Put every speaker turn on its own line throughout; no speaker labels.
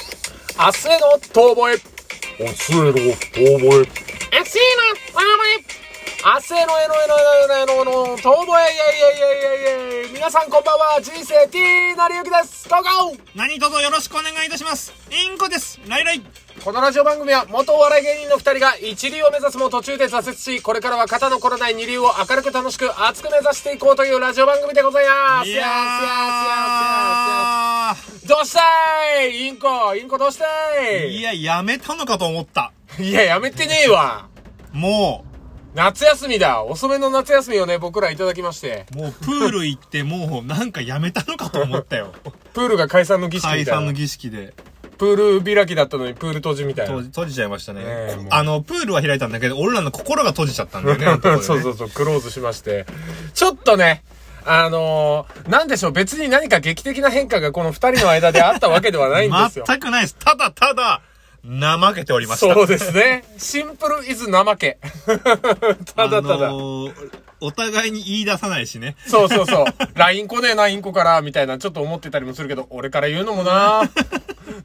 明日への遠吠え。
おつえろ、遠吠
明日への遠吠え。明日へのえのえのえのえのえの遠吠え。いやいやいやいやいや皆さんこんばんは。人生 T なりゆきです。ゴーゴー
何卒よろしくお願いいたしますインコですライライ
このラジオ番組は元お笑い芸人の二人が一流を目指すも途中で挫折し、これからは肩のこらない二流を明るく楽しく熱く目指していこうというラジオ番組でございます。
い
いや
や
ーどうしたいインコ、インコどうした
ー
い
いややめたのかと思った
いや、やめてねえわ。
も
夏休みだ。遅めの夏休みをね、僕らいただきまして。
うもうプール行ってもうなんかやめたのかと思っ たよ
プールが解散の儀式み
解
た
散
い
の
な。
儀式で
プール開きだったのにプール閉じみたい
閉じ
な。
閉じちゃいましたね、
えもう
あのプールは開いたんだけど俺らの心が閉じちゃった んだよねあのところでね
そうそうそう、クローズしまして。ちょっとね、あのー、なんでしょう、別に何か劇的な変化がこの二人の間であったわけではないんですよ。
全くないですただただ怠けておりました
そうですね。シンプルイズ怠け。 ただただ。
あのーお互いに言い出さないしね
そうそうそう。LINE 来ねえな、インコから、みたいな、ちょっと思ってたりもするけど、俺から言うのも な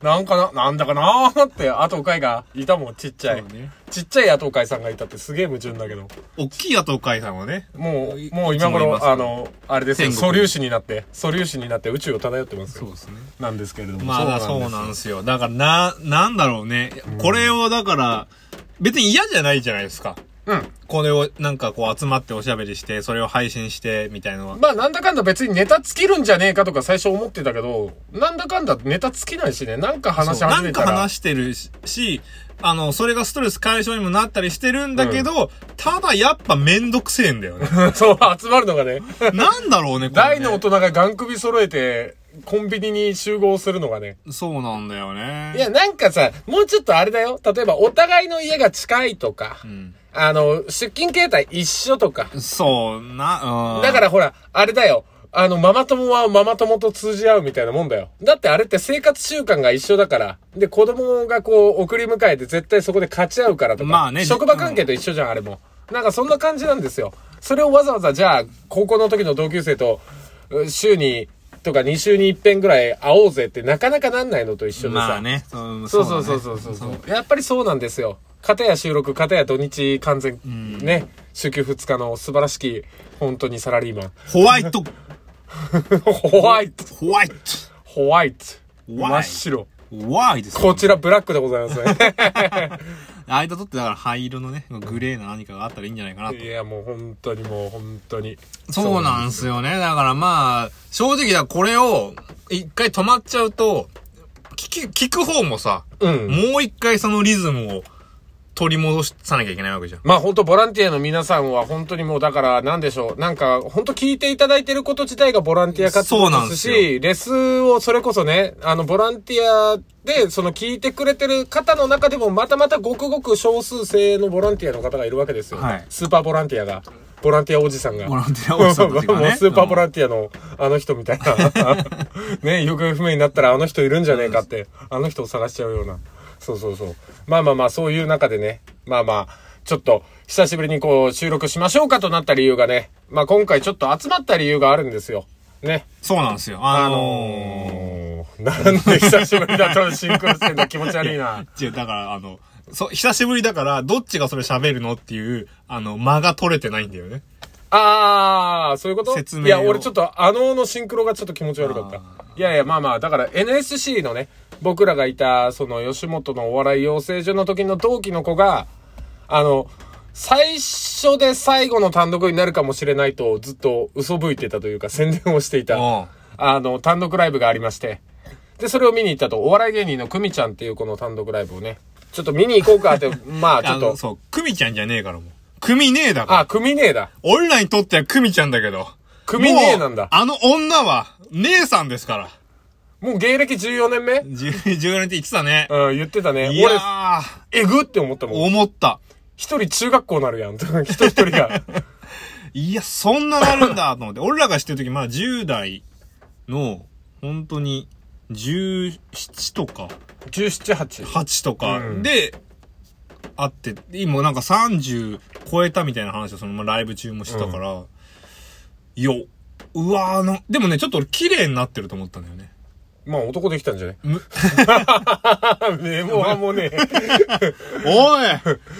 なんかな、なんだかなって、後かいがいたもん、ちっちゃい。
そうね
ちっちゃい後かいさんがいたってすげえ矛盾だけど。
大きい後解散はね
も、
いう
もう今
いつもい
頃、
ますね
あの、あれですよ、
天国
素粒子になって、素粒子になって宇宙を漂ってますよ。
ですね
なんですけれども。
まあそう
です
なんですよ。だからな、なんだろうね。これをだから、別に嫌じゃないじゃないですか。
うん。
これをなんかこう集まっておしゃべりして、それを配信して、みたいのは。
まあなんだかんだ別にネタ尽きるんじゃねえかとか最初思ってたけど、なんだかんだネタ尽きないしね、なんか話し
そうな
始
ん
め
か
たら。
話してるし、しあの、それがストレス解消にもなったりしてるんだけど、ただやっぱめんどくせえんだ よね。
そう、集まるのが ね。
なんだろうね、これ、
大の大
ね。
人がガン首揃えて、コンビニに集合するのがね。
そうなんだよね。
いや、なんかさ、もうちょっとあれだよ。例えば、お互いの家が近いとか、
うん。
あの、出勤形態一緒とか。
そう、な、うん。
だからほら、あれだよ。あの、ママ友はママ友と通じ合うみたいなもんだよ。だってあれって生活習慣が一緒だから。で、子供がこう、送り迎えて絶対そこで勝ち合うからとか。
まあね
職場関係と一緒じゃん、あれも。なんかそんな感じなんですよ。それをわざわざ、じゃあ、高校の時の同級生と、う週に、とか2週に一遍ぐらい会おうぜってなかなかなんないのと一緒でさ。
まあね。そう
そうそうそうそうそうそう。やっぱりそうなんですよ。片や収録、片や土日完全、ね、週休2日の素晴らしき、本当にサラリーマン。
ホワイト、
ホワイト、
ホワ
ホワイ
イト、
ト。
ホワイト
真っ白。
ホワイトですよ
こちらブラックでございますね。
間取ってだから灰色のね、グレーな何かがあったらいいんじゃないかなと
い。や、もう本当にもう本当に。
そうなんですよね。だからまあ、正直だ、これを、一回止まっちゃうと、聞き、聞く方もさ、
うん。
もう一回そのリズムを取り戻さなきゃいけない わけじゃん。
まあ本当ボランティアの皆さんは本当にもうだからなんでしょう。なんか本当聞いていただいてること自体がボランティア活動
そうなん
で
ですす
し、
よ
レスをそれこそね、あのボランティアでその聞いてくれてる方の中でもまたまたごくごく少数制のボランティアの方がいるわけですよ。
はい
スーパーボランティアが。ボランティアおじさんが。
ボランティアおじさんたちが
もう
ね。
スーパーボランティアのあの人みたいな。 ね、行方不明になったらあの人いるんじゃねえか って、あの人を探しちゃうような。そうそうそう。まあまあまあ、そういう中でね、まあまあ、ちょっと、久しぶりにこう、収録しましょうかとなった理由がね、まあ今回ちょっと集まった理由があるんですよ。ね。
そうなんですよ。あ
あ
の
のー、なんで久しぶりだとシンクロしてんだ気持ち悪いな。
ー、違うだからあの、そう、久しぶりだから、どっちがそれ喋るのっていう、あの、間が取れてないんだよね。
あー、そういうこと
説明を
いや、俺ちょっと、あのーのシンクロがちょっと気持ち悪かった
あ。
いやいや、まあまあ、だから NSC のね、僕らがいた、その、吉本のお笑い養成所の時の同期の子が、あの、最初で最後の単独になるかもしれないと、ずっと嘘吹いてたというか、宣伝をしていた。
うん
あの、単独ライブがありまして。で、それを見に行ったと、お笑い芸人の久美ちゃんっていう子の単独ライブをね、ちょっと見に行こうかって、まあ、ちょ
あ
っ
の、
と、
そう、クミちゃんじゃねえからもう。クミねえだから。
あ、組ねえだ。
俺らにとってはクミちゃんだけど。
クミ姉なんだ
もうあの女は、姉さんですから。
もう芸歴14年目
10、14年って言ってたね。
うん、言ってたね。
い
俺
や、ー、
えぐって思ったもん。
思った。
一人中学校なるやん。 一人一人が。
いや、そんななるんだと思って。俺らが知ってる時、まあ10代の、本当に、17とか、
17、8。
8とか
うん
で、あって、今なんか30超えたみたいな話をそのまあライブ中もしてたから、よ、うわーの、でもね、ちょっと俺綺麗になってると思ったんだよね。
まあ男できたんじゃね
む
メモはもうね、
おい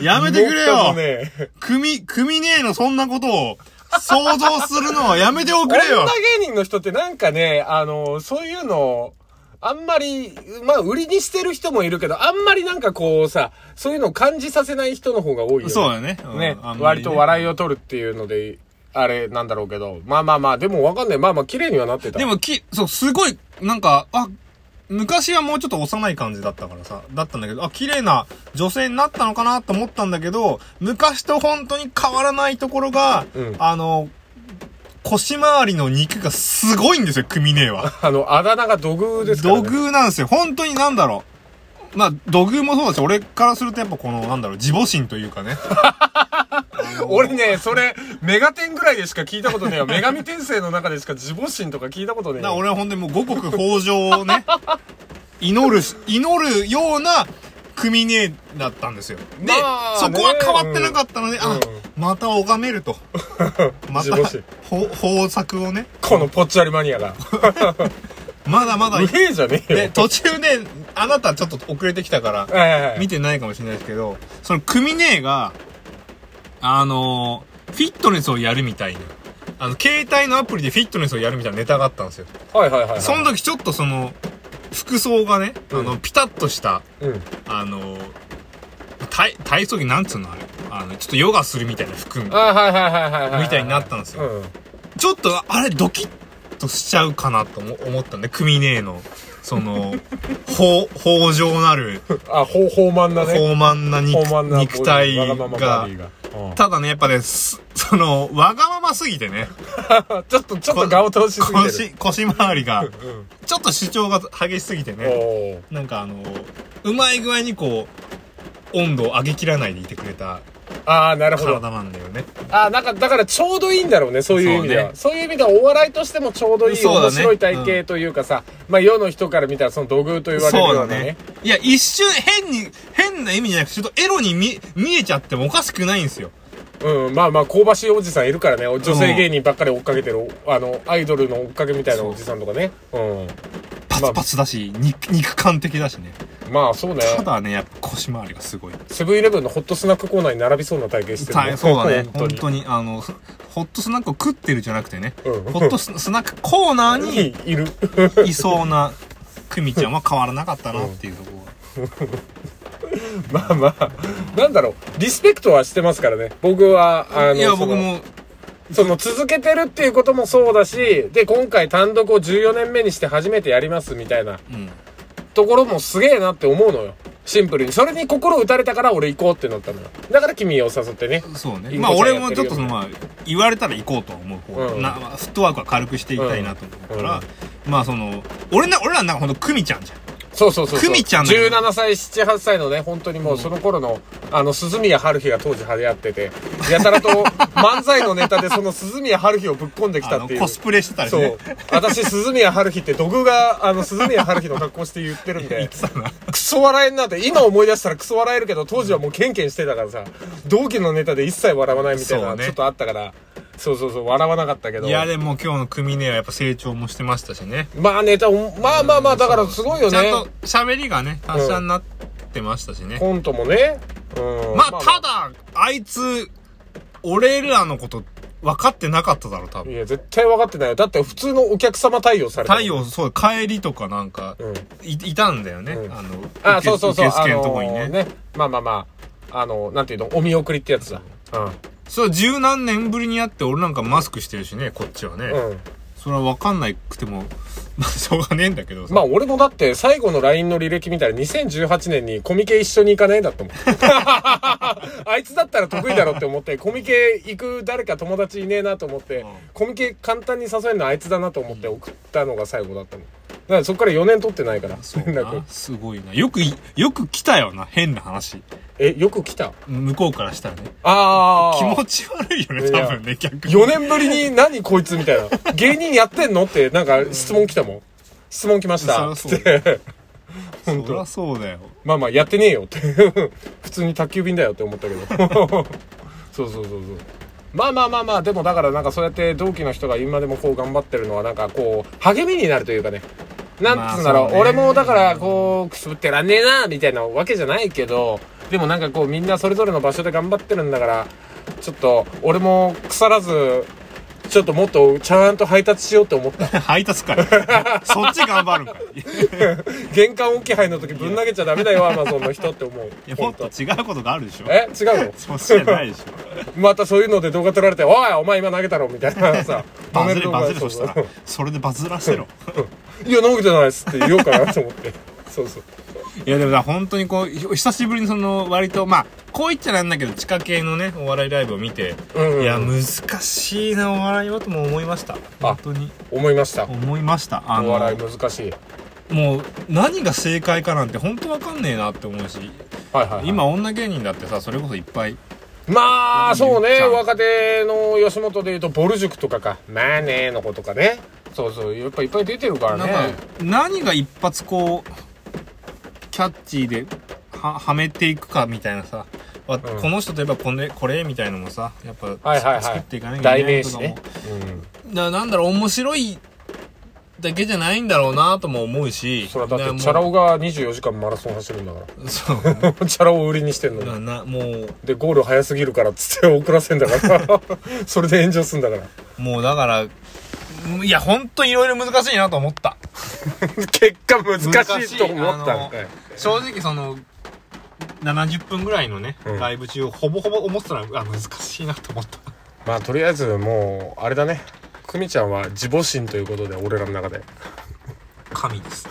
やめてくれ
メモはも
よ
うね、
組、組ねえのそんなことを想像するのはやめておく
女
れよ
芸人の人ってなんかね、あの、そういうの、あんまり、まあ、売りにしてる人もいるけど、あんまりなんかこうさ、そういうのを感じさせない人の方が多いよね。
そうだね。うん
ね、
あんまり
割と笑いを取るっていうので、あれなんだろうけど、まあまあまあ、でもわかんない。まあまあ、綺麗にはなってた。
でもき、そう、すごい、なんか、あ、昔はもうちょっと幼い感じだったからさ、だったんだけど、あ、綺麗な女性になったのかなと思ったんだけど、昔と本当に変わらないところが、
うん
あの、腰回りの肉がすごいんですよ、組ねえは。
あの、あだ名が土偶ですから、
土
ね。
偶なんですよ。本当になんだろう。まあ、土偶もそうだし、俺からするとやっぱこの、なんだろう、自母心というかね。
俺ね、それ、メガテンぐらいでしか聞いたことねえよ。女神転生の中でしか自母神とか聞いたことねえ
だから
よ。
俺は本当にもう五穀豊穣をね、 祈るし、祈るような組ねえだったんですよ。で、
まあ
そこは変わってなかったので、あ、
うん
また拝める と。また
自母心、
ほ豊作をね、
このぽっちゃりマニアが。
まだまだ
う、ええじゃねえよ。
で、途中で、あなたちょっと遅れてきたから、
はいはいはい
見てないかもしれないですけど、その組ねえが、あのーフィットネスをやるみたいな。あの、携帯のアプリでフィットネスをやるみたいなネタがあったんですよ。
はいはいはいはい。
その時ちょっとその、服装がね、あ
う
の、ピタッとした、
うん。
あのー体、体操着なんつうのあれ。あの、ちょっとヨガするみたいな服み
あはいはいはいはいはい。
たいになったんです
う
よ。
ん。
ちょっと、あれ、ドキッとしちゃうかなと思思ったんで、組ねえの、その、ほ う、豊穣 なる、
あ、ほう、ほうまんだね。
豊満な肉
ほうまんな
肉体
わがままバ
が
ディ、が。うん
ただね、やっぱね、す その、わがまますぎてね、
あちょっと、ちょっと顔通しすぎてる。
腰、腰回りが、
うん。
ちょっと主張が激しすぎて
お
ね、
ー
なんかあの、うまい具合にこう、温度を上げきらないでいてくれた
ああ、なるほど。
体なんだよね。
ああ、なんか、だからちょうどいいんだろうね、そういう意味では。そう,、いう意味では、お笑いとしてもちょうどいい、
そうだね
面白い体型というかさ、まあ、世の人から見たらその土偶と言われるようなね。。
いや、一瞬変に、変な意味じゃなくて、ちょっとエロに見、見えちゃってもおかしくないんですよ。
うん、まあまあ、香ばしいおじさんいるからね、女性芸人ばっかり追っかけてる、あの、アイドルの追っかけみたいなおじさんとかね。うん。
パツパツだし、肉、肉感的だしね。
まあ、そうね。
ただね、やっぱ腰回りがすごい。
セブンイレブンのホットスナックコーナーに並びそうな体型してる、
大そうだね。
本
本当に、あの、ふホットスナックを食ってるじゃなくてね、
うん
ホットススナックコーナ
当
ー
に。いる。
にいそうな、クミちゃんは変わらなかったなっていうところが。
まあまあ、なんだろう、リスペクトはしてますからね。僕は、あの、
いや、
その
僕も、
その続けてるっていうこともそうだし、で、今回単独を14年目にして初めてやりますみたいな
うん。
ところもすげえなって思うのよ。シンプルに。それに心打たれたから俺行こうってなったのよ。だから君を誘ってね。
そうね。
いい
まあ
こちゃ
俺
んやっ
も
て
ち
るよ
ょっとそのまあ、言われたら行こうとは思う方。
うん
なまあフットワークは軽くしていきたいなと思うから、まあその、俺な、俺らなんかほんとクミちゃんじゃん。
そうそうそうそう。
久美ちゃんだよ
17歳、7、8歳のね、本当にもうその頃の、あの、鈴宮春日が当時流行ってて、やたら と漫才のネタでその鈴宮春日をぶっ込んでき
あ
たっ
の、
ていう。
コスプレしてたり
そ
ね
う。。私、鈴宮春日って土偶が、あの、鈴宮春日の格好して言ってるん
言
で
っ、てたな。
クソ笑えんなって、今思い出したらクソ笑えるけど、当時はもうケンケンしてたからさ、同期のネタで一切笑わないみたい
そ
な、
うね
ちょっとあったから、そうそうそう、笑わなかったけど。
いや、でも今日のクミねはやっぱ成長もしてましたしね。
まあネタ、まあまあまあ、だからすごいよ
ちゃん
ね。
と喋りがね、達者になってましたしね。
コントもね。うん。
まあ、ただ、あいつ、俺らのこと、分かってなかっただろ、多
い
分。
や、絶対分かってないよ。だって普通のお客様対応されてる。
太陽、そう、帰りとかなんか、
うん。
い、いたんだよね。
うん
あの、
あ、
受け
そうそうそう。
受付のとこに
あの
ね。
ーまあまあまあ、あのーなんていうの、お見送りってやつだ。う
そう、十何年ぶりに会って、俺なんかマスクしてるしね、こっちはね。
ん。うん。
それは分かんないくても、 まあ、しょうがねえんだけどさ。
まあ俺もだって最後の LINE の履歴見たら2018年にコミケ一緒に行かないんだったもん。 あいつだったら得意だろって思って、コミケ行く誰か友達いねえなと思って、
うん
コミケ簡単に誘えるのあいつだなと思って送ったのが最後だったもん。だからそっから4年取ってないから、
そ う
連絡
な。すごいな。よくい、よく来たよな、変な話。
え、よく来た
向こうからしたらね。
ああ。
気持ち悪いよね、
いや
多分ね、逆に。
4年ぶりに何こいつみたいな。芸人やってんのってなんか質問来たもん。質問来ました。
そ
つ
りゃそ
っ
う
て。
そりゃそうだよ。
まあまあやってねえよって。普通に宅急便だよって思ったけど。 そうそうそうそう。まあまあまあまあ、でもだからなんかそうやって同期の人が今でもこう頑張ってるのはなんかこう、励みになるというかね。なんつうんだろう、
まあそうね
俺もだからこうくすぶってらんねえなみたいなわけじゃないけどでもなんかこうみんなそれぞれの場所で頑張ってるんだからちょっと俺も腐らずちょっともっとちゃんと配達しようって思った
配達 会。そっち頑張るんかい。
玄関置き配の時ぶん投げちゃダメだよアマゾンの人って思う
いや、も
本
っと
当
違うことがあるでしょ。
え違うの
そっちじゃないでしょ。
またそういうので動画撮られて「おいお前今投げたろ」みたいなさ
バズれバズれ
そ
そうしたら。それでバズらせろ。
いや投げてないっすって言おうかなと思って そうそう
いやでもさ、本当にこう、ひ久しぶりにその、割と、まあ、こう言っちゃなんだけど、地下系のね、お笑いライブを見て、
うんうん
いや、難しいな、お笑いはとも思いました。本当に
思いました
思いました。あ
お
の、
笑い難しい
もう、何が正解かなんて本当わかんねえなって思うし、
はいはい、はい、
今女芸人だってさ、それこそいっぱい、
まあそう
ゆう
ね
ちゃん
若手の吉本でいうとボル塾とかかまあねの子とかねそうそうやっぱいっぱい出てるから
なん
ね
か、何が一発こう、キャッチーで、は、はめていくかみたいなさ、わ
ん
この人といえばこれ、これみたいのもさ、やっぱ、
はいはいはい
作っていかなきゃ
代
いけない
名
と
詞
かも、
ね、
ななんだろう面白いだけじゃないんだろうなとも思う
う
し
ん、それはだっ
なも
て
う
チャラ男が24時間マラソン走るんだか
そう
らチャラ男を売りにしてんのに
ななもう
でゴール早すぎるからっつって遅らせんだから それで炎上すんだから
もうだからいや本当いろいろ難しいなと思った
結果難しいと思った
難しい正直その70分ぐらいのね、
うん
ライブ中ほぼほぼ思ってたらあ難しいなと思った
まあとりあえずもうあれだね久美ちゃんは自母心ということで俺らの中で
神です